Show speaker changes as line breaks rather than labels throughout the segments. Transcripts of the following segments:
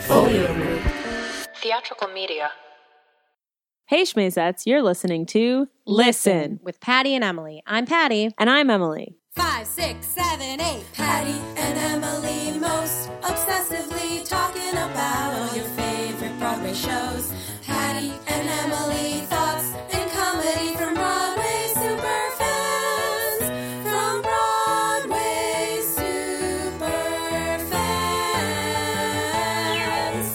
Folio Group. Theatrical media.
Hey Schmazettes, you're listening to Listen,
with Patty and Emily. I'm Patty.
and I'm Emily.
Five, six, seven, eight. Patty and Emily most obsessively talking about all your favorite Broadway shows. Patty and Emily thoughts and comedy from Broadway super fans. From Broadway super fans.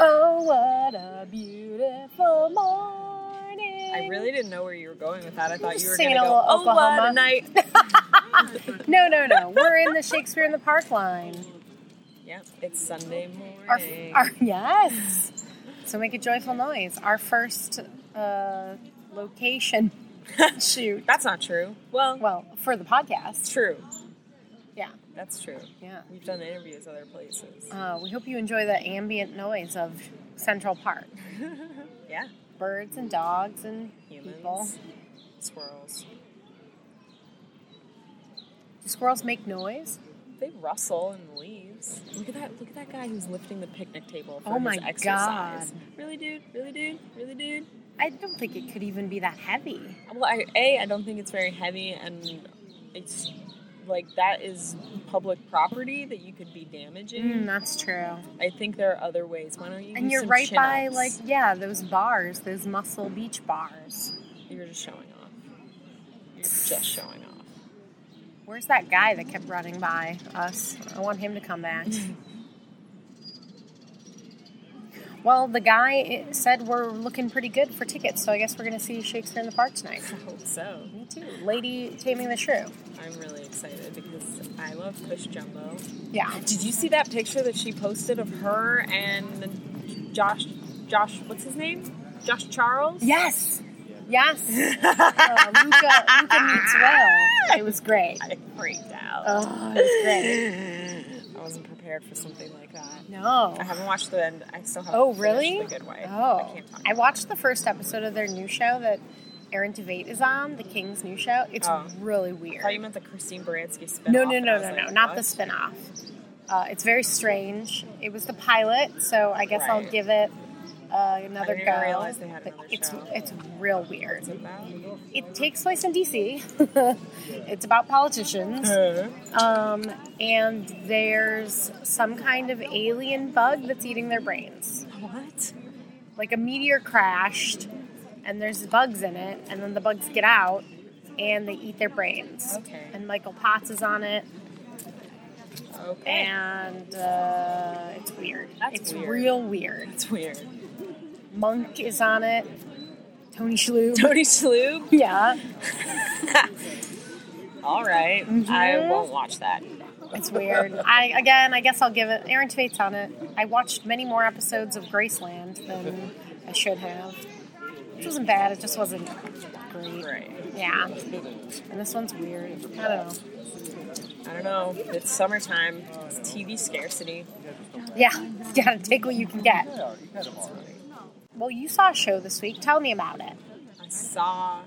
Oh,
I really didn't know where you were going with that. I thought you were
singing
gonna
a
go,
little
oh, what
Oklahoma."
a night.
No, no, no. We're in the Shakespeare in the Park line.
yeah, it's Sunday
Our,
morning.
our yes. So make a joyful noise. Our first uh, location shoot.
That's not true. Well,
Well, for the
it's
podcast.
true.
Yeah,
That's true.
yeah.
We've done interviews other places.
Uh, we hope you enjoy the ambient noise of Central Park.
Yeah,
Birds and dogs and
humans,
people.
squirrels.
Do squirrels make noise?
They rustle in the leaves. Look at that! Look at that guy who's lifting the picnic table for
Oh my
his exercise.
God.
Really, dude? Really, dude? Really, dude?
I don't think it could even be that heavy.
Well, I, a I don't think it's very heavy, and it's like that is public property that you could be damaging.
Mm, that's true.
I think there are other ways. Why don't you? do
And you're
some
right by
chin-ups?
like yeah, those bars, those Muscle Beach bars.
You're just showing off. You're just showing off.
Where's that guy that kept running by us? I want him to come back. well, the guy said we're looking pretty good for tickets, so I guess we're going to see Shakespeare in the Park tonight.
I hope so.
Me too. Lady Taming the Shrew.
I'm really excited because I love Push Jumbo.
Yeah.
Did you see that picture that she posted of her and Josh? Josh, what's his name? Josh Charles.
Yes. Yes. oh, Luca, Luca meets Will. It was great.
I freaked out.
Oh, it was great.
I wasn't prepared for something like that.
No.
I haven't watched the end. I still haven't.
Oh,
finished
really?
The Good Wife.
Oh,
I can't talk.
I watched the first episode of their new show that Aaron Tveit is on, the King's new show. It's
Oh.
really
I
weird.
thought you meant the Christine Baranski spinoff.
no, no,
and
no,
I was
no,
like,
no, not
what?
the spinoff. Uh, it's very strange. It was the pilot, so I guess I'll
Right.
give it uh, another
I didn't
go.
even realize they had
But
another
it's
show.
it's real weird.
What's it about?
It takes place in DC. it's about politicians. Um, and there's some kind of alien bug that's eating their brains.
What?
like a meteor crashed and there's bugs in it and then the bugs get out and they eat their brains
Okay.
and michael potts is on it
Okay.
and uh, it's weird
Eh. That's
it's
weird.
real weird
That's weird.
monk is on it tony shalhoub
Tony Shalhoub.
yeah
All right. I won't watch that.
it's weird i again i guess i'll give it aaron Tveit's on it i watched many more episodes of graceland than i should have which wasn't bad it just wasn't great
Right.
yeah and this one's weird i don't know
I don't know. It's summertime. It's TV scarcity.
Yeah, you gotta take what you can get. Well, you saw a show this week. Tell me about it.
I saw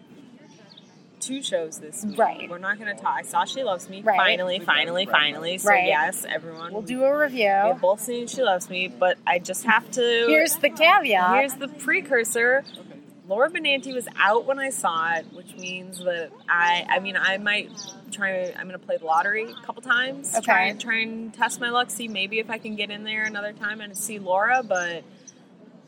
two shows this week.
Right.
We're not going to talk. I saw She Loves Me.
Right.
Finally, finally, finally. So,
Right.
yes, everyone.
We'll do a
We've
review.
both seen She Loves Me, but I just have to.
Here's the caveat.
Here's the precursor. Laura Benanti was out when I saw it, which means that I I mean I might try I'm gonna play the lottery a couple times. Try
Okay.
and try and test my luck, see maybe if I can get in there another time and see Laura, but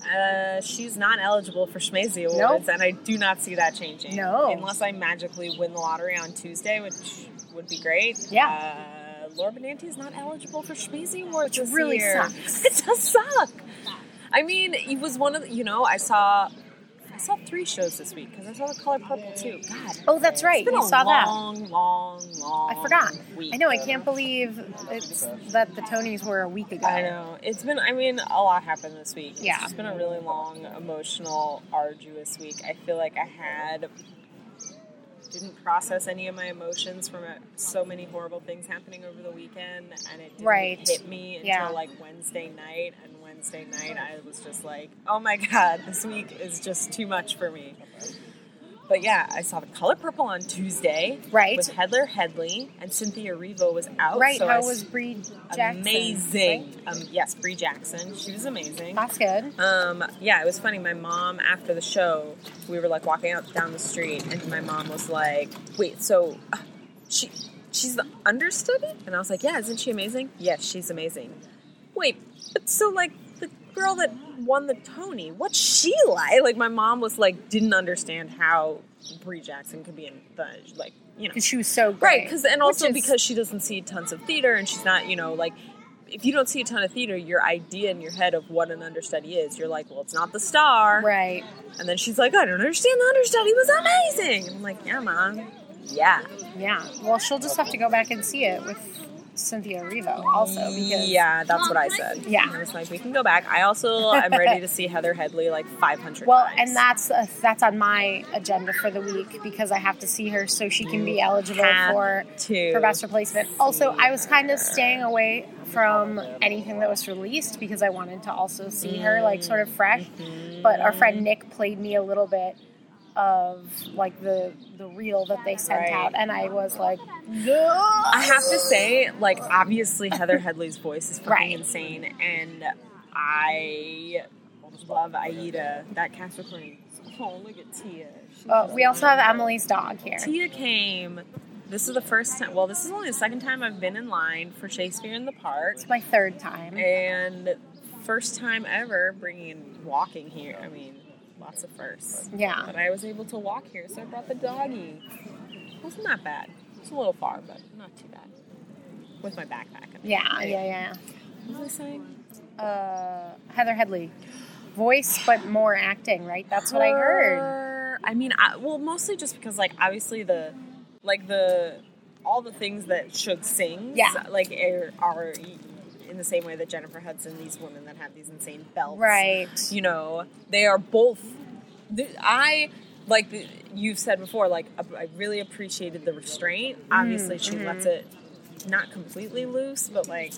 uh, she's not eligible for Schmazy Awards,
Nope.
and I do not see that changing.
No.
Unless I magically win the lottery on Tuesday, which would be great.
Yeah.
Uh, Laura Benanti is not eligible for Schmazy Awards.
Which
this
really
year.
sucks.
It does suck. I mean, it was one of the, you know, I saw I saw three shows this week because I saw The Color Purple too. God,
oh, that's right.
it's been
You
a
saw that.
long, long, long.
I forgot.
Week.
I know. I can't believe it's that the Tonys were a week ago.
I know. It's been. I mean, a lot happened this week. It's
Yeah.
just been a really long, emotional, arduous week. I feel like I had didn't process any of my emotions from uh, so many horrible things happening over the weekend, and it didn't
Right.
hit me until
Yeah.
like Wednesday night. And Wednesday night, I was just like, "Oh my god, this week is just too much for me." But yeah, I saw the color purple on Tuesday.
Right.
With Hedler Headley and Cynthia Revo was out.
Right,
so I
how
s-
was Bree Jackson?
amazing.
right?
Um, yes, Bree Jackson. She was amazing.
That's good.
Um, yeah, it was funny. My mom, after the show, we were like walking out down the street, and my mom was like, "Wait, so uh, she she's the understudy?" And I was like, "Yeah, isn't she amazing?" Yes, she's amazing. Wait, but so like the girl that won the Tony, what's she like? Like my mom was like didn't understand how Brie Jackson could be in the like you know
Because she was so great.
right because and
Which
also
is-
because she doesn't see tons of theater and she's not you know like if you don't see a ton of theater your idea in your head of what an understudy is you're like well it's not the star
Right.
and then she's like i don't understand the understudy was amazing i'm like yeah mom yeah
Yeah. Well, she'll just have to go back and see it with Cynthia Revo also because
yeah that's what i said
Yeah.
i was like we can go back i also am ready to see heather headley like 500
Well,
times.
and that's uh, that's on my agenda for the week because I have to see her so she can be eligible
have
for
to
for best replacement. Also, I was kind of staying away from anything that was released because I wanted to also see her like sort of fresh.
Mm-hmm.
But our friend Nick played me a little bit of like the the reel that they sent
Right.
out, and I was like,
I have to say, like, obviously Heather Headley's voice is fucking
Right.
insane, and I love Aida. That cast recording. Oh, look at Tia. She-
oh, we also have Emily's dog here.
Tia came. This is the first time. Well, this is only the second time I've been in line for Shakespeare in the Park,
It's my third time.
and first time ever bringing walking here. I mean, lots of firsts.
Yeah.
But I was able to walk here, so I brought the doggy. It wasn't that bad. It's a little far, but not too bad. With my backpack. I mean.
Yeah, yeah,
What was I saying?
yeah. Uh, Heather Headley. Voice, but more acting, right? That's what I heard.
Her- I mean, I, well, mostly just because, like, obviously the, like the, all the things that Suge sings,
Yeah.
like, are, are in the same way that Jennifer Hudson, these women that have these insane belts,
Right.
You know, they are both. th- I like the, you've said before. Like, I really appreciated the restraint.
Mm,
Obviously, she
mm-hmm.
lets it not completely loose, but like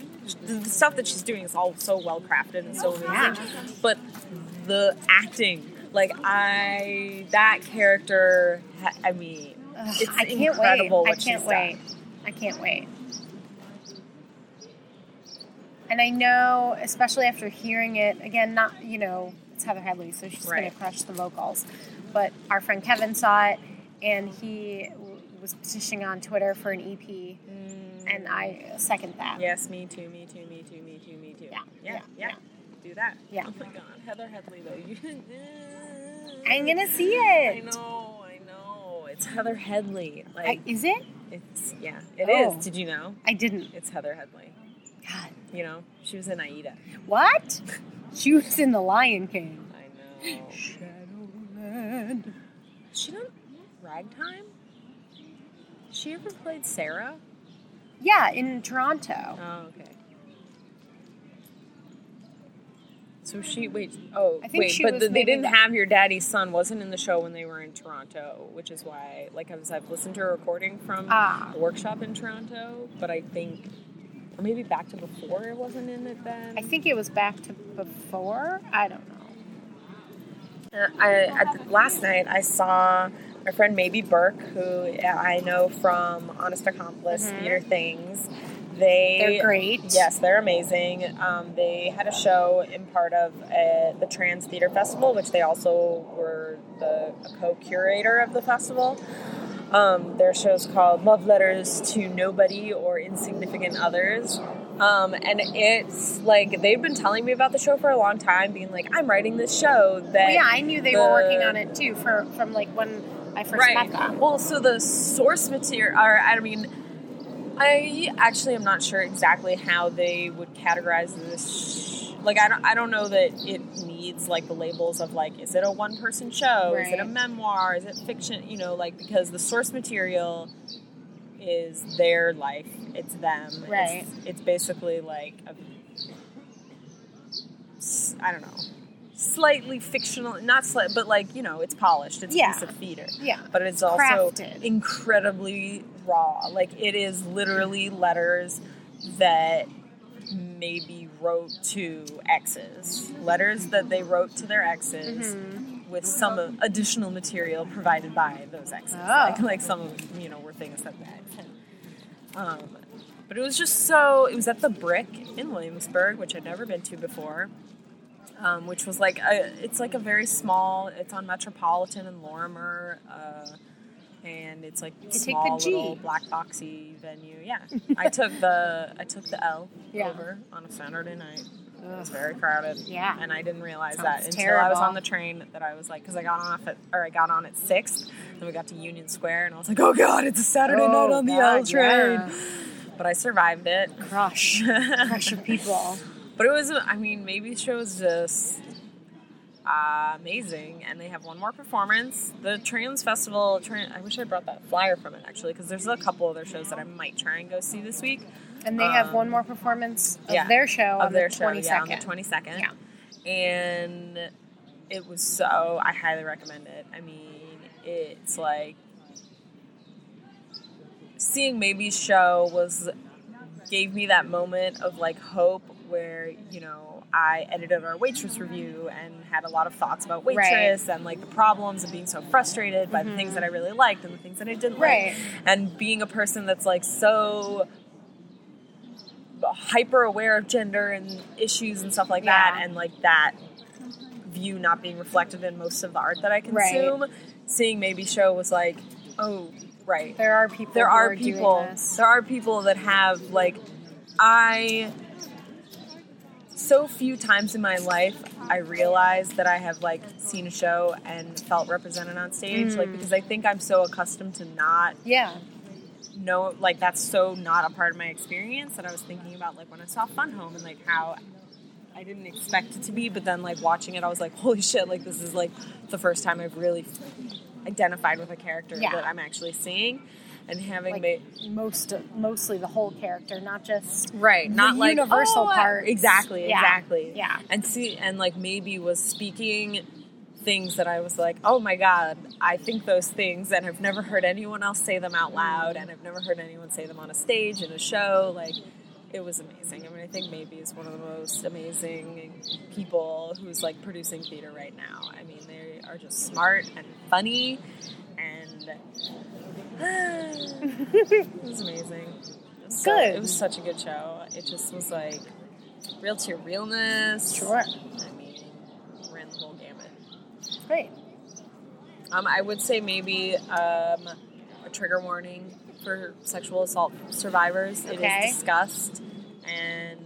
the, the stuff that she's doing is all so well crafted and
Oh,
so amazing. But the acting, like I that character, ha- I mean,
Ugh,
it's
I can't wait.
incredible
I
what
can't
she's
wait.
done.
I can't wait. And I know, especially after hearing it again, not you know, it's Heather Headley, so she's going
Right.
to crush the vocals. But our friend Kevin saw it, and he w- was petitioning on Twitter for an EP,
Mm.
and I second that.
Yes, me too, me too, me too, me too, me too.
Yeah,
yeah,
yeah,
yeah.
yeah.
Do that.
Yeah.
Oh my God, Heather Headley though. you- uh,
I'm gonna see
I
it.
know, I know. It's Heather Headley.
I,
Like
is it?
it's yeah, it is.
Oh.
Did you know?
I didn't.
It's Heather Headley.
God,
You know, she was in Aida.
what? She was in The Lion King.
I know.
Shadowland.
She done ragtime? She ever played Sarah?
Yeah, in Toronto.
Oh, okay. So she wait oh
I think
wait
she
but
was
the, they
maybe
didn't
the-
have your daddy's son wasn't in the show when they were in Toronto which is why like I was I've listened to a recording from
Ah.
a workshop in Toronto but I think or maybe back to before it wasn't in it then
I think it was back to before. I don't know.
Uh, I, at the- last night I saw my friend Maybe Burke, who I know from Honest Accomplice Theater Things. They
They're great.
Yes, they're amazing. Um, they had a show in part of uh, the Trans Theater Festival, which they also were the co-curator of the festival. Um, their show's called Love Letters to Nobody or Insignificant Others. Um, and it's like they've been telling me about the show for a long time, being like, I'm writing this show that
Well, yeah, I knew they
the-
were working on it too for from like when I first met them.
Well, so the source material, or I mean, I actually am not sure exactly how they would categorize this. Like, I don't, I don't know that it needs like the labels of like, is it a one person show? Is it a
Right.
memoir? Is it fiction? You know, like because the source material is their life. It's them.
Right.
It's, it's basically like a, s- I don't know. Slightly fictional, not slight, but like you know, it's polished. It's
Yeah.
a piece of theater
Yeah.
but it's also
Crafted.
incredibly raw. Like it is literally letters that maybe wrote to exes, letters that they wrote to their exes,
Mm-hmm.
with some of- additional material provided by those exes.
Oh.
Like, like some of you know were things that that. Um, but it was just so. It was at the Brick in Williamsburg, which I'd never been to before. Um, which was like a, it's like a very small. It's on Metropolitan and Lorimer, uh, and it's like
the
small
G.
little black boxy venue. Yeah, I took the I took the L
Yeah.
over on a Saturday night. It was very crowded.
Yeah.
and I didn't realize that
Sounds
until I was
terrible.
on the train that I was like, because I got off at or I got on at sixth, and we got to Union Square, and I was like, oh god, it's a Saturday night on the L train. But I survived it.
Crush. Crush of people.
But it was, I mean, maybe the show was just uh, amazing. And they have one more performance. The Trans Festival, Tran I wish I brought that flyer from it actually, because there's a couple other shows that I might try and go see this week
And they have
Um,
one more performance of
yeah,
their show
of
on
their
the
show
22nd.
yeah, on the 22nd. And it was so, I highly recommend it. I mean, it's like seeing Maybe's show was gave me that moment of like hope where you know I edited our waitress review and had a lot of thoughts about waitress and like the problems and being so frustrated by the things that I really liked and the things that I didn't
Mm-hmm. Right.
like and being a person that's like so hyper aware of gender and issues and stuff like that
Yeah.
and like that view not being reflected in most of the art that I
Right.
consume seeing maybe show was like oh right
There are people.
there
who
are
are doing
people
this.
there are people that have like i so few times in my life i realized that i have like seen a show and felt represented on stage
Mm.
like because i think i'm so accustomed to not
Yeah.
know like that's so not a part of my experience that i was thinking about like when i saw fun home and like how i didn't expect it to be but then like watching it i was like holy shit like this is like the first time i've really identified with a character
Yeah.
that i'm actually seeing and having
Like,
made
most mostly the whole character, not just
right
the
not like
universal
oh,
parts.
exactly
Yeah.
exactly
Yeah.
and see and like maybe was speaking things that i was like oh my god i think those things and i've never heard anyone else say them out loud and i've never heard anyone say them on a stage in a show like it was amazing i mean i think maybe is one of the most amazing people who's like producing theater right now i mean they are just smart and funny and it was amazing. It was so-
Good.
it was such a good show. It just was like real to your realness.
Sure.
I mean, ran the whole gamut.
Great.
Um, I would say maybe um, a trigger warning for sexual assault survivors. It
Okay.
is discussed, and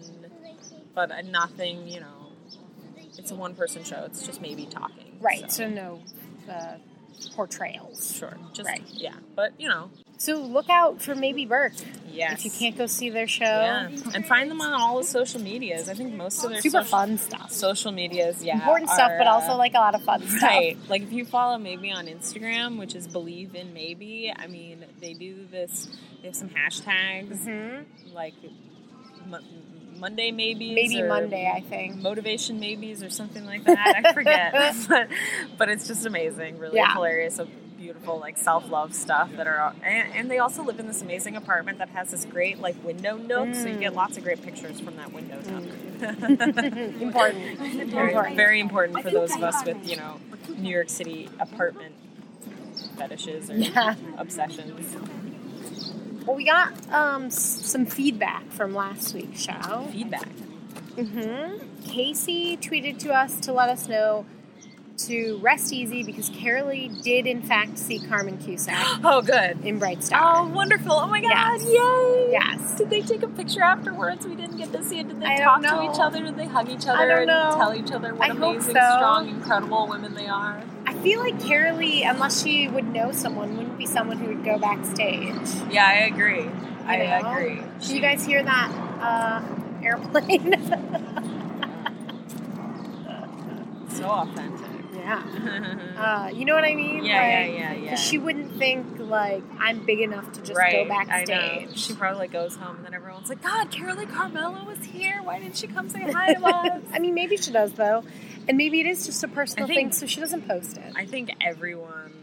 but uh, nothing. You know, it's a one-person show. It's just maybe talking.
Right.
So,
So, no uh, portrayals.
sure. Just
Right.
yeah. But you know,
So look out for maybe Burke
yes.
if you can't go see their show.
Yeah. And find them on all the social medias. I think most of their
Super
social,
fun stuff.
social medias, yeah.
Important stuff,
are,
but also
uh,
like a lot of fun
Right. Like if you follow maybe on Instagram, which is believe in maybe, I mean, they do this, they have some hashtags
stuff. Mhm.
like Mon- Monday maybe.
Maybe Monday, I think.
Motivation maybes or something like that. I forget, but, but it's just amazing, really
Yeah.
hilarious, of beautiful like self love stuff that are. And, and they also live in this amazing apartment that has this great like window nook, so
Mm.
you get lots of great pictures from that window nook.
Important.
very,
Important.
very important for those of us with you know New York City apartment fetishes or
Yeah.
obsessions.
Well, we got um, s- some feedback from last week's show.
Feedback.
hmm Casey tweeted to us to let us know to rest easy because Carolee did, in fact, see Carmen Cusack
Oh, good.
in Bright
Oh,
Star.
wonderful! Oh my God!
Yes.
Yay!
Yes.
Did they take a picture afterwards? We didn't get to see it. Did they
I
talk
don't
to
know.
each other? Did they hug each
I
other
don't
and
know.
tell each other what
I hope
amazing,
so.
strong, incredible women they are?
I feel like Carolee, unless she would know someone, wouldn't be someone who would go backstage.
Yeah, I agree. I
know?
agree.
Did you guys hear that uh, airplane?
So authentic.
yeah.
yeah,
Uh, you know what I mean?
yeah,
Like,
yeah, yeah.
'cause she wouldn't think, like, I'm big enough to just
right,
go
I
backstage.
know. She probably goes home and then everyone's like, God, Carolee Carmelo was here. Why didn't she come say hi to us?
I mean, maybe she does though, and maybe it is just a personal
I
thing,
think-
so she doesn't post it.
I think everyone,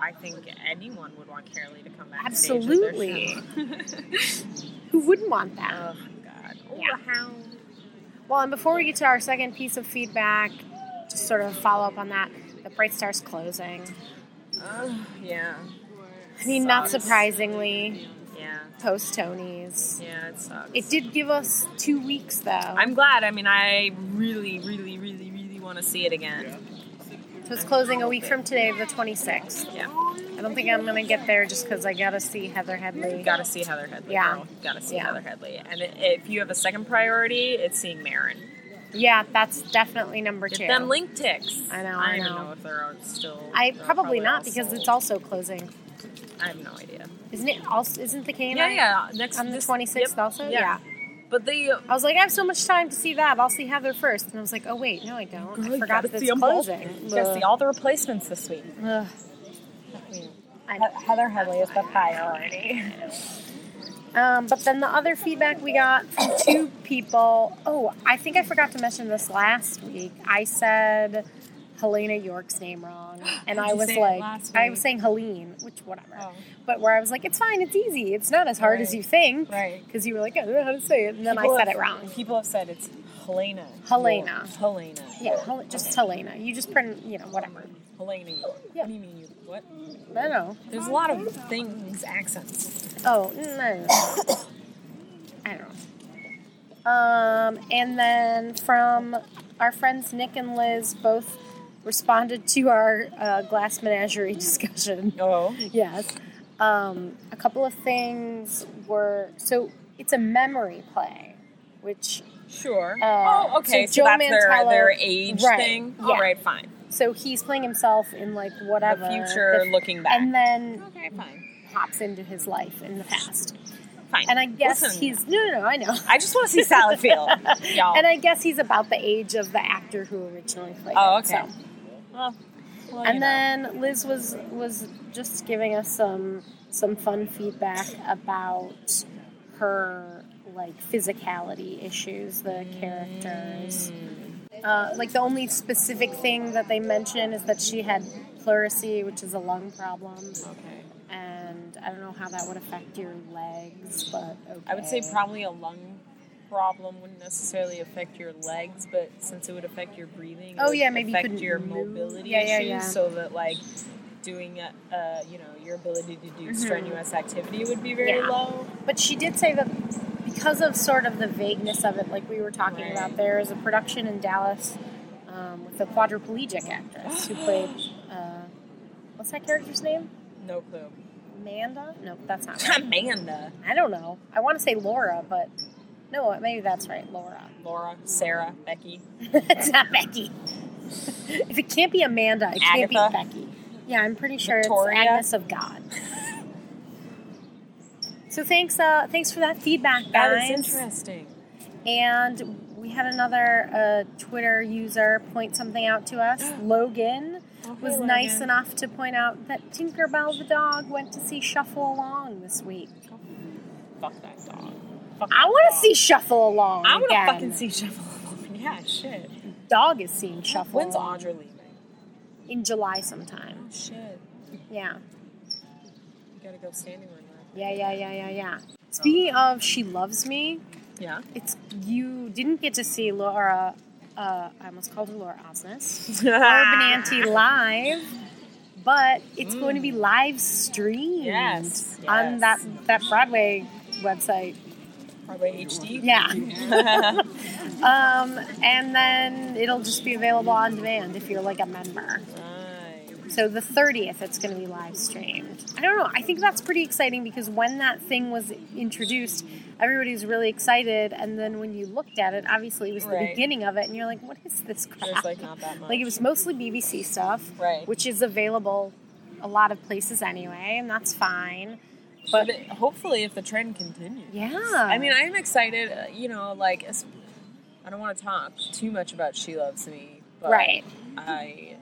I think anyone would want Carolee to come back.
Absolutely. Who wouldn't want that?
oh, God. Oh,
Yeah.
how.
Well, and before we get to our second piece of feedback, just sort of follow up on that. The Bright Star's closing.
Ugh, yeah.
I mean, not
Sucks.
surprisingly,
Yeah.
post Tonys.
Yeah, it sucks.
It did give us two weeks though.
I'm glad. I mean, I really, really, really, really want to see it again.
so it's closing a week from today, the 26th.
Yeah.
I don't think I'm gonna get there just because I gotta see Heather Headley.
You gotta see Heather Headley.
Yeah.
Girl. Gotta see
Yeah.
Heather Headley. And i- if you have a second priority, it's seeing Marin.
Yeah, that's definitely number
Get
two.
them link ticks.
I know,
I
I
don't even
know.
know if they're all still.
I
they're
probably not
all
because
sold.
it's also closing.
I have no idea.
Isn't it? Also, isn't the canine?
Yeah, yeah. Next
On the
this-
26th
yep,
also. yeah.
But they. oh
I was like, I have so much time to see that. I'll see Heather first. And I was like, oh, wait, no, I don't. I forgot that it's closing.
You gotta see all the replacements this week.
Ugh. I know.
Heather Headley is the priority.
Um, but then the other feedback we got from two people. Oh, I think I forgot to mention this last week. I said Helena York's name wrong, and I
you
was
say it
like,
last
I
week? Oh.
was saying Helene, which whatever. But where I was like, it's fine, it's easy, it's not as hard as
Right.
you think,
Right.
Because you were like, I don't know how to say it, and then
People
I said
have-
it wrong.
People have said it's Helena.
Helena.
York. Helena.
Yeah, Hel- just Helena. You just print, you know, whatever.
Helena. York.
Yeah.
What do you mean you? What?
I don't know.
There's a lot of things, accents.
Oh no! I don't know. Um, and then from our friends Nick and Liz, both responded to our uh, glass menagerie discussion.
Oh.
yes. Um, a couple of things were so it's a memory play, which
Sure.
Uh,
oh, okay.
so
So,
Joe
that's their,
Mantello-
their age
Right,
thing.
yeah.
All right, fine.
so he's playing himself in like whatever
The future,
the-
looking back.
and then
okay, fine.
hops into his life in the past.
Fine.
And I guess
Listen,
he's no, no, no, I know.
I just want to see Salad Field, y'all.
And I guess he's about the age of the actor who originally played. it,
Oh, okay.
so.
Well, well, you
And
know.
then Liz was was just giving us some some fun feedback about her like physicality issues, the characters.
Mm.
Uh, like the only specific thing that they mention is that she had pleurisy, which is a lung problem,
Okay.
and I don't know how that would affect your legs, but okay.
I would say probably a lung problem wouldn't necessarily affect your legs, but since it would affect your breathing, it
Oh,
would
yeah, maybe you
affect
couldn't
your
move.
mobility
Yeah, yeah,
issues.
yeah.
So that like doing uh, uh, you know your ability to
Mm-hmm.
do strenuous activity would be very
Yeah.
low.
But she did say that because of sort of the vagueness of it, like we were talking
Right.
about, there is a production in Dallas um, with a quadriplegic actress who played. Uh, what's that character's name?
No clue.
Amanda? No, that's not right.
Amanda,
I don't know. I want to say Laura, but no, maybe that's right, Laura.
Laura, Sarah, Becky.
it's not Becky. if it can't be Amanda, it
Agatha?
can't be Becky. Yeah, I'm pretty sure
Victoria?
it's Agnes of God. So thanks, uh, thanks for that feedback, guys.
That is interesting.
And we had another uh, Twitter user point something out to us. Logan
Oh,
was nice enough to point out that Tinkerbell the dog went to see Shuffle Along this week.
Fuck that dog.
I want to see Shuffle Along.
I want to
again.
fucking see Shuffle. yeah, shit.
Dog is seeing Shuffle
When's
Along
Audra leaving?
in July sometime.
Shit.
Yeah.
You gotta go standing one that.
Yeah, yeah, yeah, yeah, yeah.
Oh.
Speaking of She Loves Me,
Yeah.
it's you didn't get to see Laura, uh, I almost called her Laura Osnes. Laura
Urban
Benanti live, but it's going to be live streamed
Mm. Yes,
on
yes.
that that Broadway website.
Probably HD.
Yeah. um, and then it'll just be available on demand if you're like a member.
Right.
So the 30th, it's going to be live streamed. I don't know. I think that's pretty exciting because when that thing was introduced, everybody was really excited, and then when you looked at it, obviously it was the
Right.
beginning of it, and you're like, "What is this crap?"
There's like not that much.
Like it was mostly BBC stuff,
Right.
Which is available a lot of places anyway, and that's fine.
but it- hopefully, if the trend continues.
Yeah,
I mean, I am excited. uh, You know, like es- I don't want to talk too much about She Loves Me, but
right?
I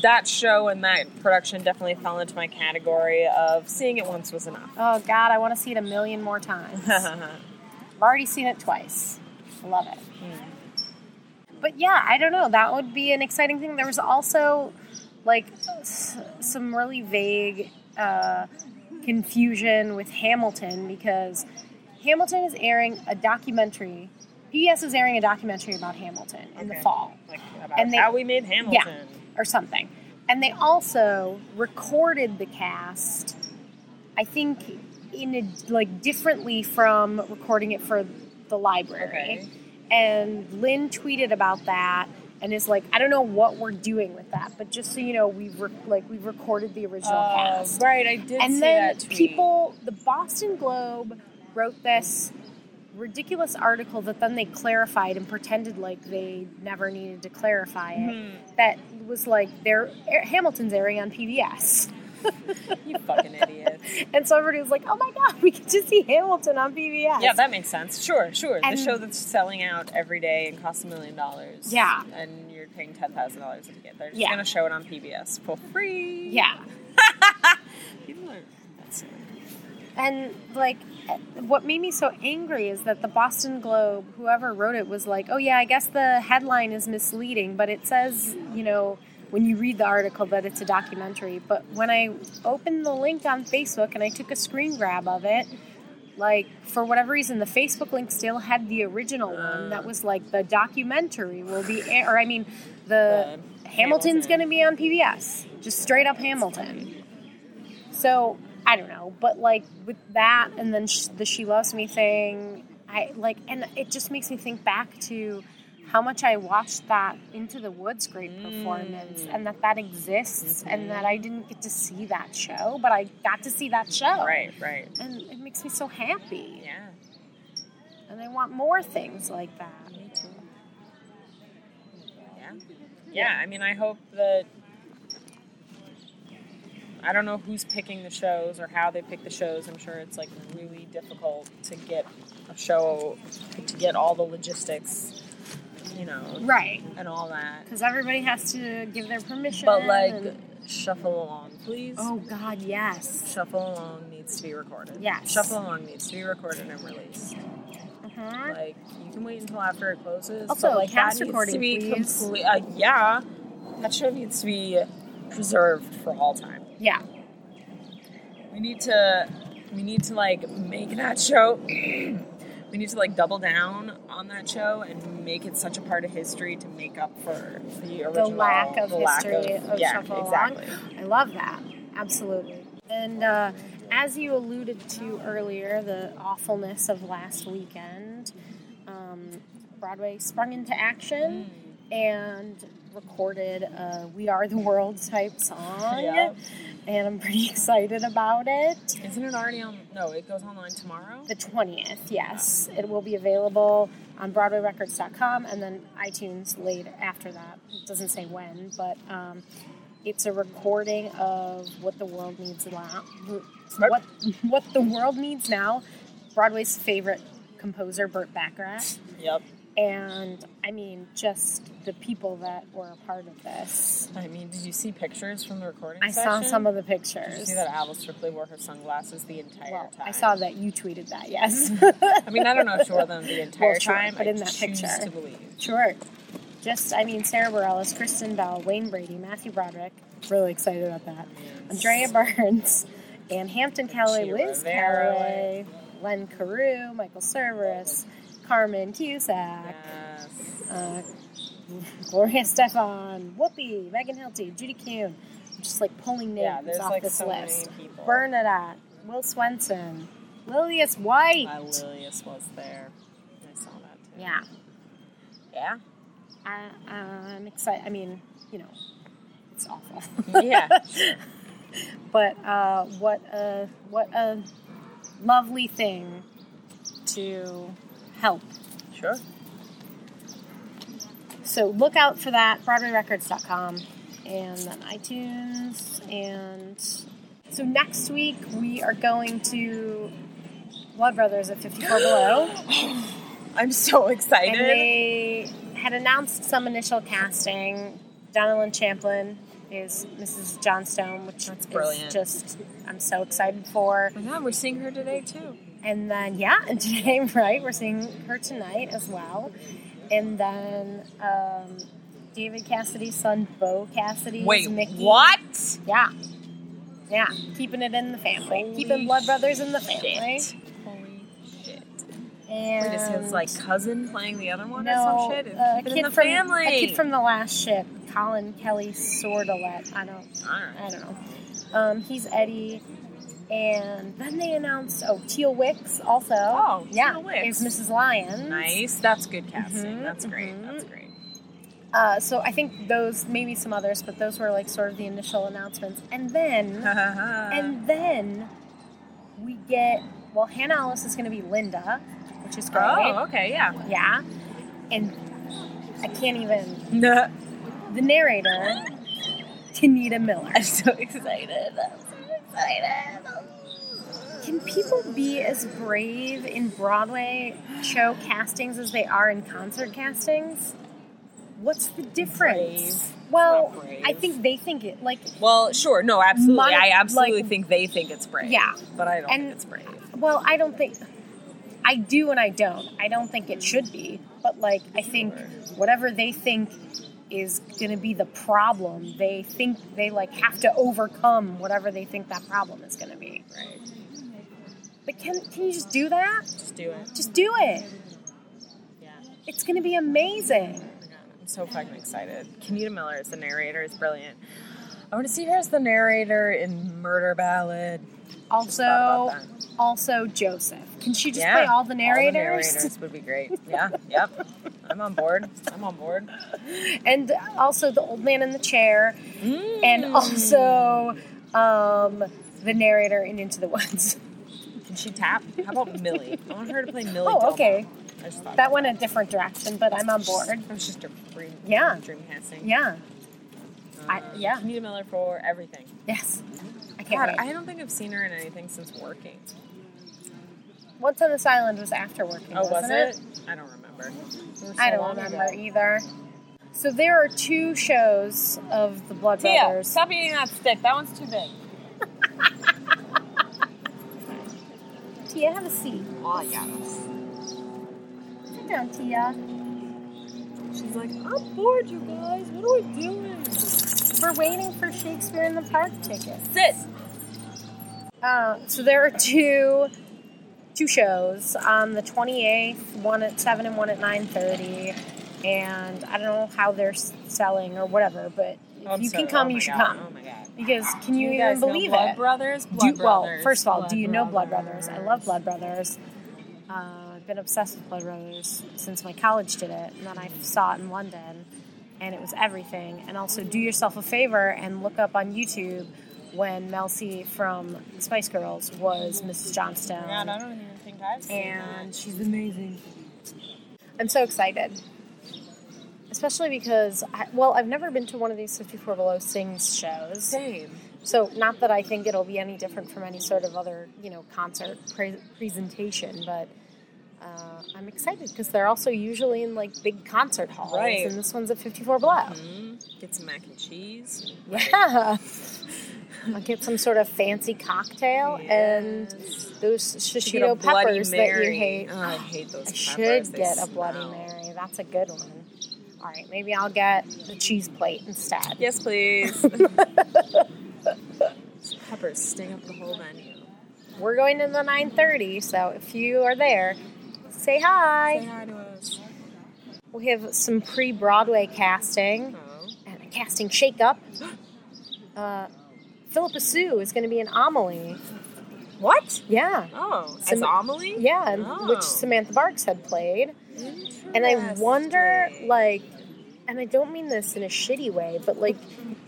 that show and that production definitely fell into my category of seeing it once was enough.
Oh God, I want to see it a million more times. I've already seen it twice. I Love it. But yeah, I don't know. That would be an exciting thing. There was also like s- some really vague uh, confusion with Hamilton because Hamilton is airing a documentary. PBS is airing a documentary about Hamilton in the
Okay.
fall.
like about
And they-
how we made Hamilton.
or something. And they also recorded the cast, I think, in a, like differently from recording it for the library.
Okay.
And Lynn tweeted about that and is like, I don't know what we're doing with that, but just so you know, we've re- like we've recorded the original
Oh,
cast
right, I did see
and then
that tweet.
people the boston globe wrote this ridiculous article that then they clarified and pretended like they never needed to clarify it
Mm-hmm. Hmm,
that was like their hamilton's airing on pbs
you fucking idiots.
and so everybody was like oh my god we could just see hamilton on pbs
Yeah, that makes sense. Sure, sure.
And-
the show that's selling out every day and costs a million dollars.
Yeah.
And you're paying ten thousand dollars a ticket. They're just
Yeah.
gonna show it on PBS for free.
yeah
People are that's silly.
And like, what made me so angry is that the Boston Globe, whoever wrote it, was like, "Oh yeah, I guess the headline is misleading, but it says, you know, when you read the article that it's a documentary." But when I opened the link on Facebook and I took a screen grab of it, like for whatever reason, the Facebook link still had the original one
Uh.
that was like the documentary will be, air- or I mean, the Hamilton's
Hamilton.
going to be on PBS, just straight up Hamilton. So I don't know, but like with that, and then sh- the "She Loves Me" thing, I like, and it just makes me think back to how much I watched that "Into the Woods" great
Mm.
performance, and that that exists,
Mm-hmm.
and that I didn't get to see that show, but I got to see that show,
Right, right.
And it makes me so happy,
Yeah.
and I want more things like that.
Yeah. Yeah, I mean I hope that I don't know who's picking the shows or how they pick the shows. I'm sure it's like really difficult to get a show to get all the logistics, you know,
Right,
and all that.
because everybody has to give their permission,
But like,
and-
shuffle along, please.
oh God, yes,
Shuffle along needs to be recorded.
Yes.
Shuffle along needs to be recorded and released.
uh-huh.
Like you can wait until after it closes.
Also,
but, like
cast
that needs
recording,
to be
please.
complete. Uh, yeah, that show needs to be preserved for all time.
yeah,
We need to. We need to like make that show. we need to like double down on that show and make it such a part of history to make up for the original
lack of
the lack
history of
yeah,
Shuffle Along.
exactly.
I love that. Absolutely. And uh, as you alluded to earlier, the awfulness of last weekend, um, Broadway sprung into action
Mm.
and recorded a We Are the World type song.
Yeah.
And I'm pretty excited about it.
Isn't it already on? No, it goes online tomorrow.
The 20th, yes. It will be available on BroadwayRecords.com and then iTunes later after that. It doesn't say when, but um, it's a recording of what the world needs now. What, what the world needs now. Broadway's favorite composer, Burt Bacharach.
Yep.
And I mean, just the people that were a part of this.
I mean, did you see pictures from the recording?
I saw
session?
some of the
Did you
pictures.
see that Alice Ripley wore her sunglasses the entire
Well,
time?
I saw that you tweeted that, yes.
I mean, I don't know if she wore them the entire
Well, sure,
time,
but
I
in that
choose
picture.
to believe.
Sure. Just, I mean, Sarah Bareilles, Kristen Bell, Wayne Brady, Matthew Broderick. Really excited about that. Andrea Burns, Anne Hampton Calloway,
She
Liz
Rivera.
Calloway, Len Carew, Michael Cerberus, Carmen Cusack,
Yes.
uh, Gloria Stefan, Whoopi, Megan Hilty, Judy Kuhn. I'm just like pulling
Yeah,
names
there's,
off
like,
this
so many
list.
people.
Bernadette, Will Swenson, Lilius White.
Lilius was there. I saw that too.
yeah.
Yeah.
I, I'm excited. I mean, you know, it's awful,
Yeah.
but uh, what a what a lovely thing to help.
sure.
So look out for that BroadwayRecords.com and then iTunes and so next week we are going to Blood Brothers at 54 Below.
I'm so excited.
and they had announced some initial casting. Donalyn Champlin is Mrs. Johnstone, which is
That's brilliant.
just I'm so excited for.
Oh my God, we're seeing her today too.
And then yeah, and today right, we're seeing her tonight as well. And then um, David Cassidy's son, Bo Cassidy,
Wait,
is Mickey.
what?
Yeah, yeah, keeping it in the family,
Holy
keeping Blood Brothers in the family.
Holy shit.
And
Wait, is his like cousin playing the other one
no,
or some shit? Keep
uh, a
it
kid
in the
from
family.
a kid from the last ship, Colin Kelly Sordelet. I don't
Alright.
I don't know. Um, he's Eddie. And then they announced, oh, Teal Wicks also.
Oh,
yeah,
Teal Wicks.
is Mrs. Lyons.
Nice. That's good casting.
Mhm,
That's great.
mhm.
That's great.
Uh, so I think those, maybe some others, but those were like sort of the initial announcements. And then, and then we get well, Hannah Ellis is going to be Linda, which is great.
oh, okay, yeah.
Yeah, and I can't even.
No,
The narrator, Tanita Miller.
I'm so excited.
Can people be as brave in Broadway show castings as they are in concert castings? What's the difference? Well,
Not brave.
I think they think it like
Well, sure. No, absolutely.
My-
I absolutely
like-
think they think it's brave.
Yeah.
But I don't
And-
think it's brave.
well, I don't think I do and I don't. I don't think it should be, but like I think whatever they think is going to be the problem, they think they like have to overcome whatever they think that problem is going to be.
Right.
But can can you just do that?
Just do it.
Just do it.
Yeah.
It's going to be amazing.
Oh my God, I'm so fucking excited. Kenita Miller is the narrator. Is brilliant. I want to see her as the narrator in Murder Ballad.
Also,
Thought about that.
also Joseph. Can she just
Yeah,
play all the narrators?
narrators would be great. Yeah. Yep. I'm on board. I'm on board.
and also the old man in the chair, and
Mm.
also um, the narrator in Into the Woods.
Can she tap? How about Millie? I want her to play Millie.
Oh,
Delmar.
okay.
I just thought
That
about
went a different direction, but I'm on board.
It was just a dream.
Yeah.
Dream casting.
Yeah. I-
Um,
yeah.
Kenita Miller for everything.
Yes. I
God,
can't wait.
I don't think I've seen her in anything since working.
Once on this island was after working.
Oh, was
wasn't
it? I don't remember. It was
I
so
don't
long
remember
ago.
either. So there are two shows of the Blood
Tia,
Brothers.
stop eating that Oh, stick. That one's too big.
Tia, have a seat.
Oh, yes.
Sit down, Tia.
She's like, I'm bored, you guys. What are we doing?
We're waiting for Shakespeare in the Park tickets.
Sit.
Uh, so there are two two shows on the 28th one at 7 and one at 9.30 and i don't know how they're s- selling or whatever but if
I'm
you
so-
can come
oh my
you should
God,
come
Oh, my God.
because can you,
you
even
guys know
believe
Blood
it
Brothers?
do,
Blood
you- well
Brothers.
first of all do you know blood
Blood
brothers i love blood brothers uh, i've been obsessed with blood brothers since my college did it and then i saw it in london and it was everything and also do yourself a favor and look up on youtube when mel c from spice girls was mrs johnstone
God, I don't even think I've seen
and
that.
she's amazing. I'm so excited. Especially because, I, well, I've never been to one of these 54 Below Sings shows.
Same.
So, not that I think it'll be any different from any sort of other, you know, concert pre- presentation, but uh, I'm excited because they're also usually in like big concert halls.
Right.
And this one's at 54 Below.
Mm, get some mac and cheese.
Yeah. I'll get some sort of fancy cocktail and those
Should get a
shishito
Bloody
peppers that you
Mary.
hate.
Oh, I hate those.
I
peppers.
should
They
get a Bloody
smell.
Mary. That's a good one. All right, maybe I'll get the cheese plate instead.
Yes, please. peppers sting up the whole venue.
We're going to the 9:30, so if you are there, say
Say
hi.
hi to us.
We have some pre-Broadway casting
Oh.
and a casting shakeup. Uh, Philippa Sue is going to be in Amelie.
What?
Yeah.
Oh, as
Some-
Amelie?
Yeah, and-
Oh.
which Samantha Barks had played. And I wonder,
Interesting.
like, and I don't mean this in a shitty way, but like,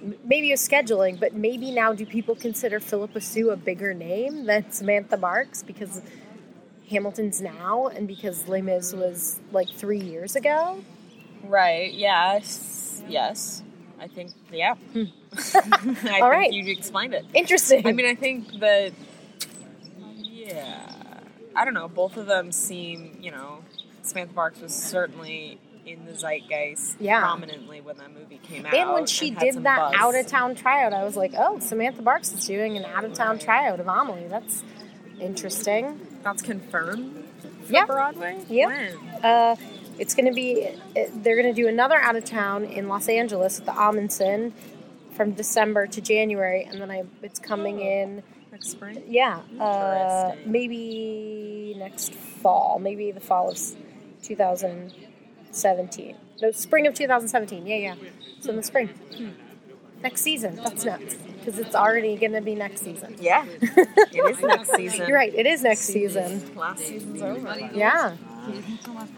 m- maybe it's scheduling, but maybe now do people consider Philippa Sue a bigger name than Samantha Marks because Hamilton's now and because Les Mis was like three years ago?
Right. Yes. Yes. I think. Yeah. I
All
think
right.
You explained it.
Interesting.
I mean, I think that. Yeah. I don't know. Both of them seem. You know, Samantha Barks was certainly in the zeitgeist
Yeah.
prominently when that movie came out.
and when she
had
did
some
that
buzz.
out of town tryout, I was like, oh, Samantha Barks is doing an out of town tryout of Amelie. That's interesting.
that's confirmed. For
Yeah.
Broadway.
Yep.
When?
Uh, it's going to be, it- they're going to do another out of town in Los Angeles at the Amundsen from December to January, and then I, it's coming in,
Next spring.
yeah, uh,
Interesting.
maybe maybe next fall, maybe the fall of s- 2017. No, spring of 2017. Yeah, yeah. So in the spring. Hmm. Next season. That's nuts. Because it's already going to be next season.
Yeah. it is next season.
You're right. It is next season.
Last season's over.
Yeah.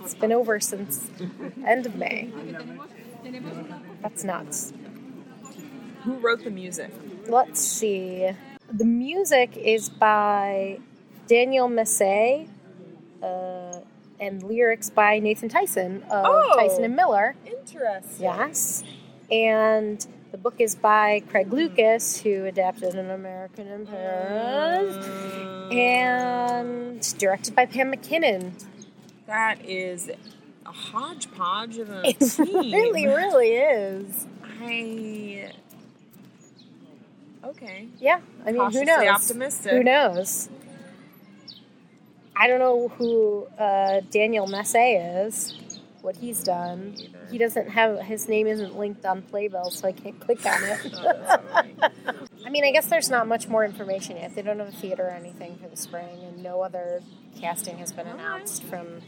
It's been over since end of May. That's nuts.
Who wrote the music?
Let's see. The music is by Daniel Massey uh, and lyrics by Nathan Tyson of
Oh.
Tyson and Miller.
Interesting.
Yes. And the book is by Craig Lucas, who adapted An American in Paris, and directed by Pam McKinnon.
That is a hodgepodge of a
It
team.
really, really is.
I. Okay.
Yeah. I mean, who
Cautiously
knows?
optimistic.
Who knows? I don't know who uh, Daniel Massey is, what he's done. He doesn't have his name isn't linked on Playbill, so I can't click on it. I mean, I guess there's not much more information yet. They don't have a theater or anything for the spring, and no other casting has been announced from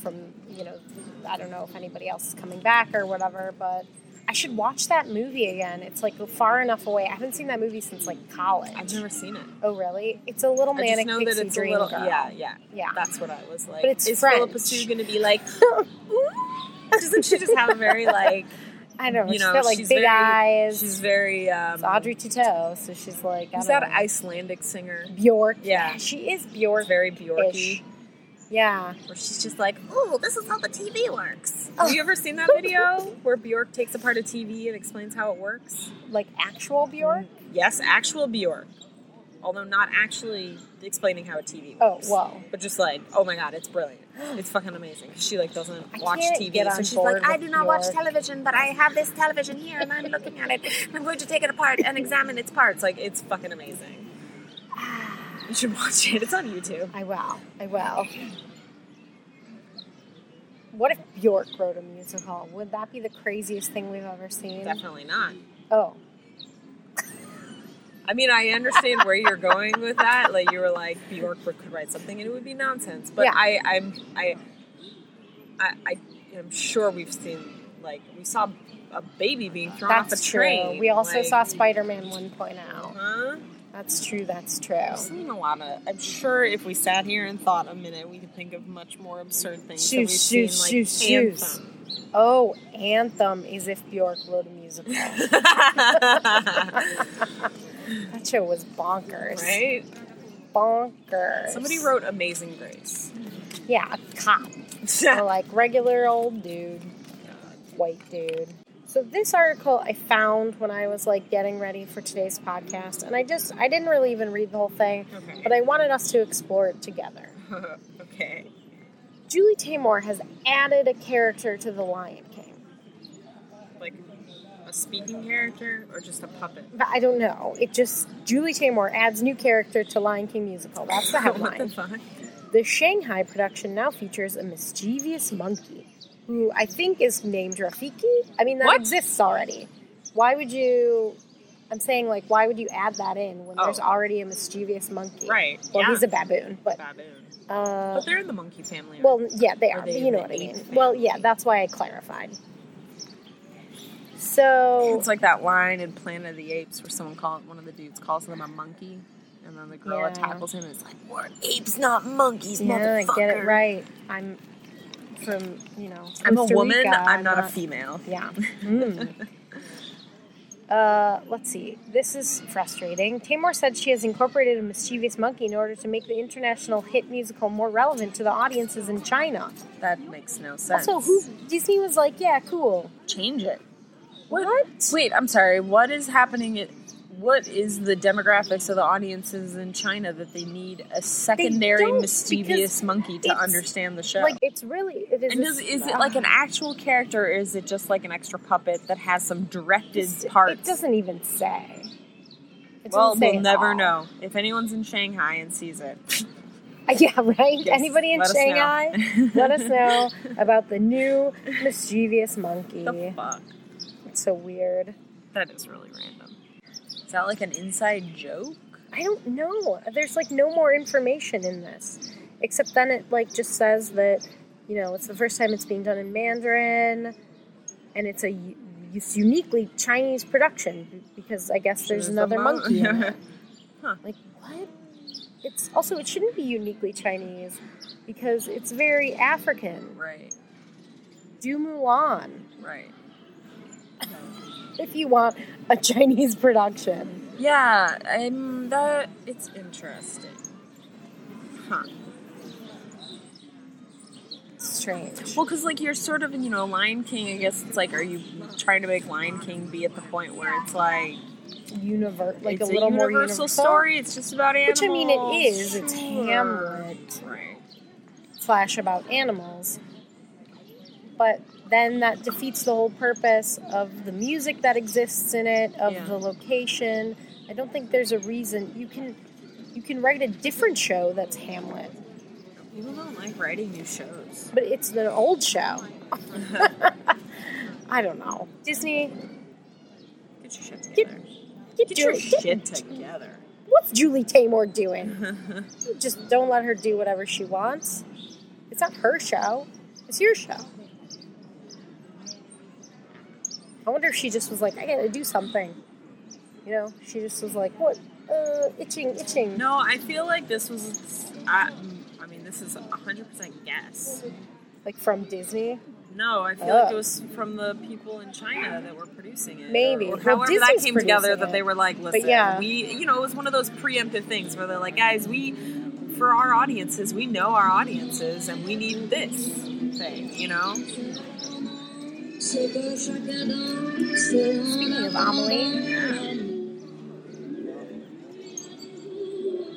from you know. I don't know if anybody else is coming back or whatever, but. I should watch that movie again. It's like far enough away. I haven't seen that movie since like college.
I've never seen it.
Oh, really? It's a little
I just
manic
know
pixie
that it's
dream
a little.
girl.
Yeah, yeah,
Yeah.
That's what I was like.
But it's
is Philippa
French.
Sue going to be like? Doesn't she just have a very like?
I don't know.
You
She's
know,
got like
she's
big
very,
eyes.
She's very. Um,
it's Audrey Tautou, so she's like. I
Who's
don't
that
know.
Icelandic singer?
Bjork?
Yeah.
she is Bjork.
Very Bjorky,
Yeah,
where she's just like, "Oh, this is how the TV works."
Oh.
Have you ever seen that video where Bjork takes apart a TV and explains how it works?
like actual Bjork.
Yes, actual Bjork, although not actually explaining how a TV
Oh,
works.
whoa.
But just like, oh my god, it's brilliant. It's fucking amazing. She like doesn't
I
watch
can't
TV,
get
so
on
she's
board
like, I
with
do not watch
Bjork.
television, but I have this television here and I'm looking at it. and I'm going to take it apart and examine its parts. Like it's fucking amazing. You should watch it. It's on YouTube.
I will. I will. What if Bjork wrote a musical? Would that be the craziest thing we've ever seen?
Definitely not.
Oh,
I mean, I understand where you're going with that. Like you were like Bjork could write something and it would be nonsense. But
Yeah.
I, I'm, I, I, I, am sure we've seen like we saw a baby being thrown off
that's
a train.
true. We also
like,
saw Spider Man 1.0.
Huh?
That's true. That's true.
I've seen a lot of. I'm sure if we sat here and thought a minute, we could think of much more absurd things. that
Shoes,
we've
shoes, shoes,
seen, like
shoes. Oh, Anthem is if Bjork wrote a musical.
Anthem.
that show was bonkers.
right?
Bonkers.
Somebody wrote Amazing Grace.
Yeah, a cop. or like regular old dude. White dude. So this article I found when I was like getting ready for today's podcast, and I just I didn't really even read the whole thing,
Okay.
but I wanted us to explore it together.
okay.
Julie Taymor has added a character to The Lion King.
like a speaking character or just a puppet?
But I don't know. It just Julie Taymor adds new character to Lion King musical. That's the
what the
headline.
fuck?
The Shanghai production now features a mischievous monkey who I think is named Rafiki. I mean, that
What?
exists already. Why would you? I'm saying, like, why would you add that in when
Oh.
there's already a mischievous monkey?
Right,
Well,
yeah.
he's a baboon, but.
Baboon.
Uh,
But they're in the monkey family. aren't
well, yeah, they
Or
are.
they
but you know
would
what I
eat
mean.
them.
Well, yeah, that's why I clarified.
they?
So
it's like that line in Planet of the Apes where someone called one of the dudes calls them a monkey, and then the gorilla
Yeah.
tackles him and it's like, "We're apes, not monkeys,
yeah,
motherfucker."
get it right. I'm from you know.
I'm a
Costa
woman.
Rica.
I'm not, a female.
Yeah. Mm. uh, let's see. This is frustrating. Tamor said she has incorporated a mischievous monkey in order to make the international hit musical more relevant to the audiences in China.
That makes no sense.
Also, who Disney was like, yeah, cool.
change it?
What?
Wait, I'm sorry. What is happening? At, what is the demographics of the audiences in China that they need a secondary
don't,
mischievous
because
monkey to
it's
understand the show?
Like, it's really it is.
and
a-
does, is it like an actual character, or is it just like an extra puppet that has some directed
It's-
parts?
It doesn't even say. It
well,
doesn't say
we'll
at
never
all.
know if anyone's in Shanghai and sees it.
Yeah, right?
Yes,
Anybody in
let us know.
Shanghai? let us know about the new mischievous monkey.
the fuck?
It's so weird.
That is really random. Is that like an inside joke?
I don't know. There's like no more information in this. Except then it like just says that you know it's the first time it's being done in Mandarin, and it's a u- it's uniquely Chinese production because I guess there's another
mon-
monkey. in it.
Huh.
Like what? It's also it shouldn't be uniquely Chinese because it's very African.
right,
Do Mulan
right.
if you want a Chinese production.
Yeah, um, that it's interesting. Huh.
Strange.
Well, because like you're sort of in, you know, Lion King. I guess it's like, are you trying to make Lion King be at the point where it's like
Universe like
it's
a little more
universal
universal
story? It's just about animals.
Which I mean, it is. It's
Sure.
Hamlet
Right.
slash about animals. But then that defeats the whole purpose of the music that exists in it, of
Yeah.
the location. I don't think there's a reason you can you can write a different show that's Hamlet,
People don't like writing new shows.
but it's the old show. I don't know. Disney,
Get your shit
Get-
together.
get,
Get
Ju-
your
get-
shit together.
what's Julie Taymor doing? You just don't let her do whatever she wants. It's not her show. It's your show. I wonder if she just was like, I gotta do something. You know, she just was like, what? Uh, itching, itching.
No, I feel like this was. I, I mean, this is hundred percent guess.
Like from Disney.
No, I feel
Oh.
like it was from the people in China that were producing it.
Maybe.
Or
Well,
however that
Disney's
came together,
producing
that
it.
they were like, listen,
yeah.
we, you know, it was one of those preemptive things where they're like, guys, we, for our audiences, we know our audiences and we need this thing, you know?
Speaking of Amelie,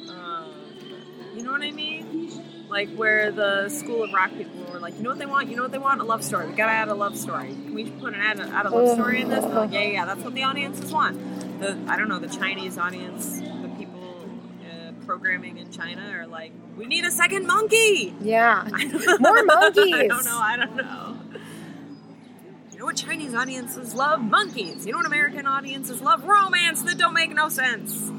Um, you know what I mean? Like where the School of Rock people were like, you know what they want? You know what they want? A love story. We gotta add a love story. Can we put an add, add a love
Ugh.
story in this? They're like, yeah, yeah, that's what the audiences want. The I don't know the Chinese audience, the people uh, programming in China are like, we need a second monkey.
yeah.
More
monkeys!
I don't know. I don't know. You know what Chinese audiences love? Monkeys. You know what American audiences love? Romance that don't make no sense.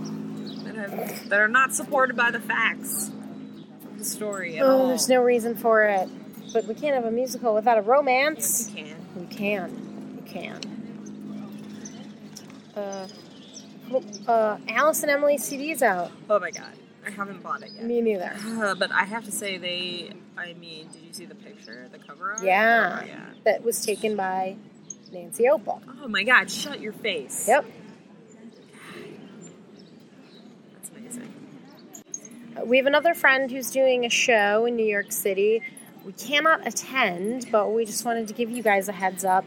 That, have, that are not supported by the facts of the story at all.
Oh, there's no reason for it. But we can't have a musical without a romance.
Yes, you can.
You can. You can. Uh, well, uh, Alice and Emily CD's out.
Oh my god. I haven't bought it yet.
Me neither.
Uh, but I have to say, they. I mean, did you see the picture, the cover art?
Yeah.
Oh, yeah.
That was taken by Nancy Opal.
Oh my god, shut your face.
Yep.
That's amazing.
Uh, We have another friend who's doing a show in New York City. We cannot attend, but we just wanted to give you guys a heads up.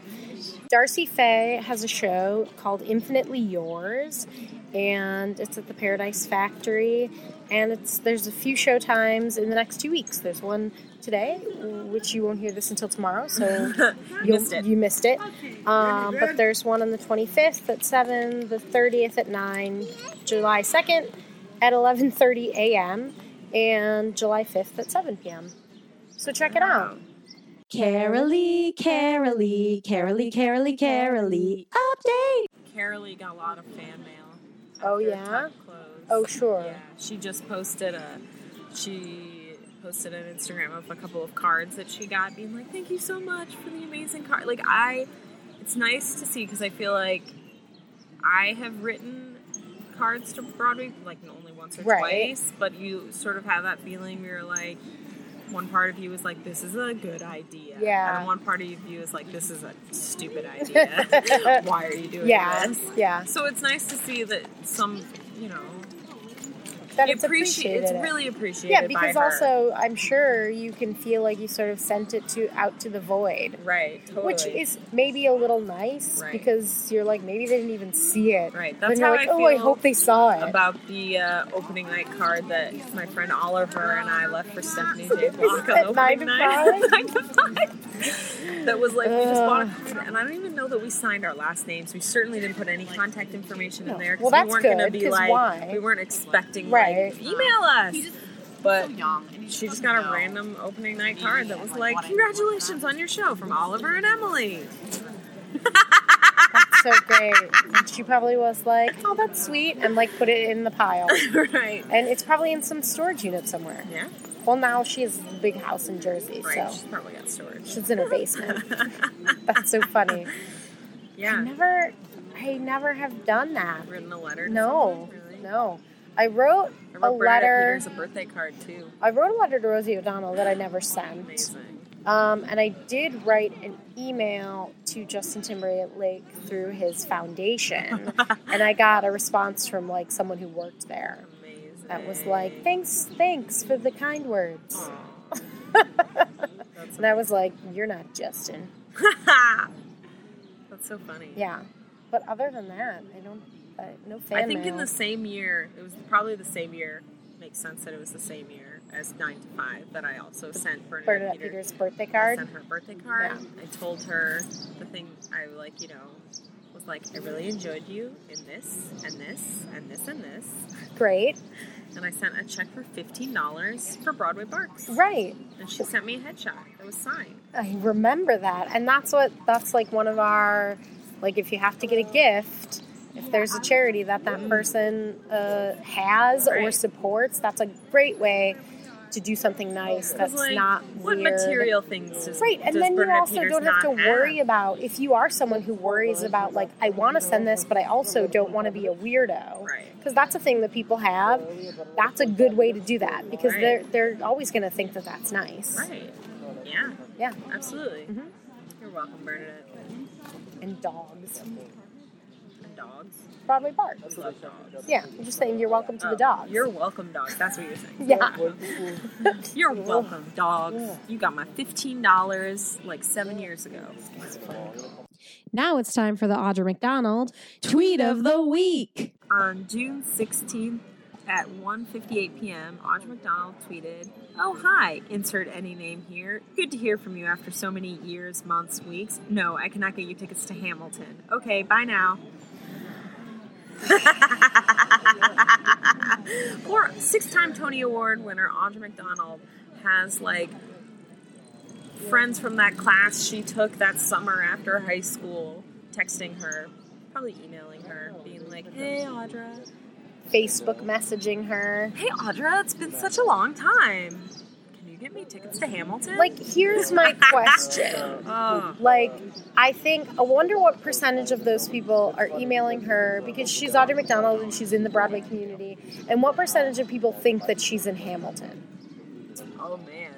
Darcy Fay has a show called Infinitely Yours, and it's at the Paradise Factory. And it's there's a few show times in the next two weeks. There's one today, which you won't hear this until tomorrow, so you
Missed it.
You missed it. Um, but there's one on the 25th at 7, the 30th at 9, July 2nd at 11:30 a.m. and July 5th at 7 p.m. So check it out.
Carolee, Carolee, Carolee, Carolee, Carolee. Update.
Carolee got a lot of fan mail.
Oh,
after
yeah?
Tuck closed.
Oh, sure.
Yeah, she just posted a she posted an Instagram of a couple of cards that she got, being like, "Thank you so much for the amazing card." Like I, it's nice to see because I feel like I have written cards to Broadway like only once or
Right.
twice, but you sort of have that feeling where you're like. One part of you is like, this is a good idea.
Yeah.
And one part of you is like, this is a stupid idea. Why are you doing
Yeah.
this?
Yeah.
So it's nice to see that some, you know,
That
appreciate.
it's appreciated.
It's
it.
really appreciated.
yeah,
by
because
her.
also I'm sure you can feel like you sort of sent it to out to the void,
right, totally.
which is maybe a little nice
Right.
because you're like maybe they didn't even see it.
Right,
But
that's
you're
how
like,
I
oh, I
feel
hope they saw it.
about the uh, opening night card that my friend Oliver and I left for Stephanie J. Block
at
on
nine to
opening night. Nine to five. That was like we just bought a card, and I don't even know that we signed our last names. We certainly didn't put any contact information in there
Oh, Well,
because
that's
we weren't going to
good,
be
'cause
like
why?
we weren't expecting
Right.
like email us. But she just got a random opening night card that was like, "Congratulations on your show from Oliver and Emily."
so great. And she probably was like, "Oh, that's sweet," and like put it in the pile.
right.
And it's probably in some storage unit somewhere.
Yeah.
Well, now she has a big house in Jersey,
Right, she's
so
probably got storage.
she's in her basement. That's so funny. I
Yeah.
never, I never have done that.
Written a letter. to
No,
someone, really?
no. I wrote
I
a
wrote Bernadette
letter.
Peters a birthday card too.
I wrote a letter to Rosie O'Donnell that I never sent.
Amazing.
Um, and I did write an email to Justin Timberlake through his foundation, and I got a response from like someone who worked there
Amazing.
that was like, "Thanks, thanks for the kind words."
That's
And I was like, "You're not Justin."
That's so funny.
Yeah, but other than that, I don't. Uh, no fan
I think in
mail.
the same year, it was probably the same year. Makes sense that it was the same year as Nine to Five that I also sent Bernadette,
Bernadette
Peters.
Peters' birthday
I
card.
sent her a birthday card.
Yeah.
I told her the thing I like, you know, was like, I really enjoyed you in this and this and this and this.
Great,
And I sent a check for fifteen dollars for Broadway Barks.
right?
And she sent me a headshot. It was signed.
I remember that, and that's what that's like one of our like if you have to get a gift, if there's a charity that that person uh, has or
Right.
supports, that's a great way to do something nice.
I was
That's
like,
not
what
weird.
material things does
Right, and
does
then you
Bernadette
also
Peters
don't have to
not
worry about if you are someone who worries about like I want to send this, but I also don't want to be a weirdo.
Right.
Because that's a thing that people have. That's a good way to do that because
Right.
they're they're always going to think that that's nice.
Right. Yeah.
Yeah,
Absolutely.
Mm-hmm.
You're welcome, Bernadette.
and dogs.
And dogs.
Broadway barks.
I love dogs.
Yeah, I'm just saying you're welcome to
Oh,
the dogs.
You're welcome, dogs. That's what you're saying.
yeah,
You're welcome, dogs. You got my fifteen dollars like seven years ago.
Now it's time for the Audra McDonald tweet of the week.
On June 16th at 1:58 p.m., Audra McDonald tweeted, "Oh hi, insert any name here. Good to hear from you after so many years, months, weeks. No, I cannot get you tickets to Hamilton. Okay, bye now." Poor six-time Tony Award winner Audra McDonald has like friends from that class she took that summer after high school texting her, probably emailing her, being like, "Hey, Audra."
Facebook messaging her.
Hey Audra, it's been such a long time. Can you get me tickets to Hamilton?
Like, here's my question.
oh,
Like, I think I wonder what percentage of those people are emailing her because she's Audrey McDonald and she's in the Broadway community, and what percentage of people think that she's in Hamilton?
oh man,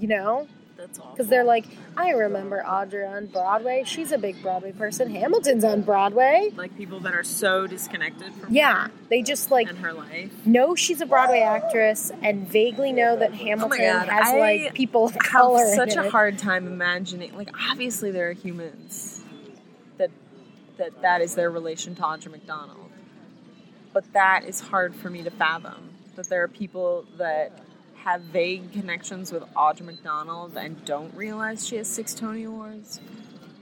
You know,
that's all.
because they're like, I remember Audrey on Broadway. She's a big Broadway person. Hamilton's on Broadway.
like people that are so disconnected from
Yeah, they just like
and her life.
know she's a Broadway actress and vaguely know that Hamilton
Oh God,
has
I
like people of
Have
color. in
such a
it.
hard time imagining. Like obviously there are humans that that that is their relation to Audra McDonald, but that is hard for me to fathom. That there are people that have vague connections with Audra McDonald and don't realize she has six Tony Awards.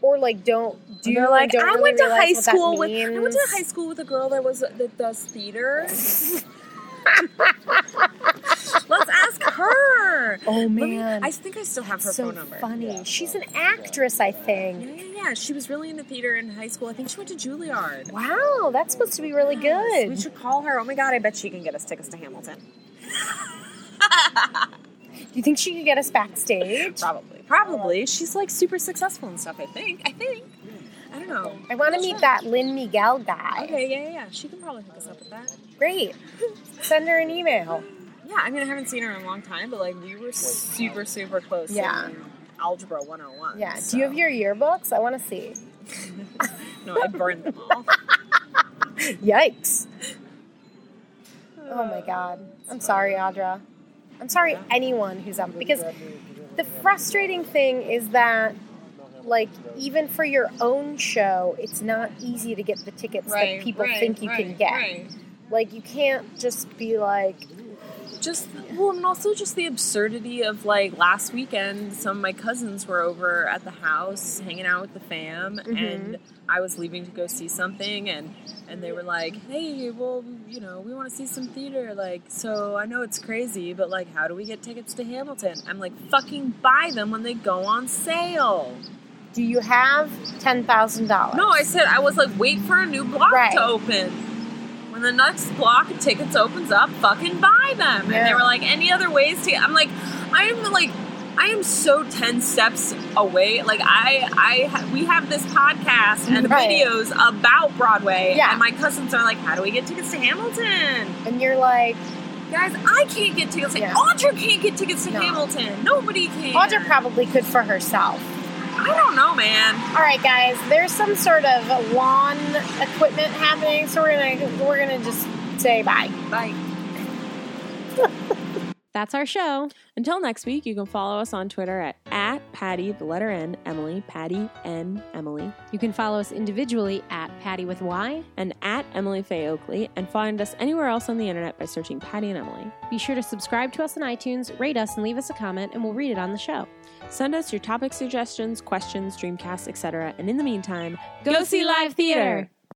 or like don't do
they're
and
like
don't
I
really
went to
realize
high
what that
school with I went to
means.
high school with a girl that was that does theater. Let's ask her.
Oh
Let me-
man,
I think I still have her
so
phone number.
funny. She's an actress, I think.
Yeah, yeah, yeah. She was really into theater in high school. I think she went to Juilliard.
Wow, that's supposed to be really
We
good.
should call her. Oh my god, I bet she can get us tickets to Hamilton.
Do you think she could get us backstage?
Probably. Probably. She's like super successful and stuff, I think. I think. I don't know.
I want to meet that Lynn Miguel guy.
Okay, yeah, yeah, yeah. She can probably hook us up with that.
Great. Send her an email.
Yeah, I mean, I haven't seen her in a long time, but like we were super, super close.
Yeah.
in Algebra 101.
Yeah.
so-
Do you have your yearbooks? I want to see.
No, I burned them all.
Yikes. Oh my god. I'm sorry, Audra. I'm sorry anyone who's on because the frustrating thing is that like even for your own show, it's not easy to get the tickets that people think you can get. Like you can't just be like
Just, well, and also just the absurdity of like last weekend, some of my cousins were over at the house hanging out with the fam,
Mm-hmm.
and I was leaving to go see something, and and they were like, hey, well, you know, we want to see some theater. Like, so I know it's crazy, but like, how do we get tickets to Hamilton? I'm like, fucking buy them when they go on sale.
do you have ten thousand dollars?
No, I said I was like, wait for a new block
Right.
to open. When And the next block of tickets opens up, fucking buy them. And they
Yeah.
were like, any other ways to? I'm like, I am like, I am so ten steps away. Like I, I, ha- we have this podcast and
Right.
videos about Broadway.
Yeah.
And my cousins are like, how do we get tickets to Hamilton?
And you're like,
Guys, I can't get tickets to
Yeah.
Audra can't get tickets to
No.
Hamilton. Nobody can.
Audra probably could for herself.
I don't know, man.
All right, guys. There's some sort of lawn equipment happening, so we're gonna we're gonna just say bye.
Like.
That's our show.
Until next week, you can follow us on Twitter at, at Patty, the letter N, Emily, Patty N, Emily,
You can follow us individually at Patty with Y.
and at Emily Faye Oakley, and find us anywhere else on the internet by searching Patty and Emily.
Be sure to subscribe to us on iTunes, rate us, and leave us a comment, and we'll read it on the show.
Send us your topic suggestions, questions, dreamcasts, etc. And in the meantime, go,
Go see live theater.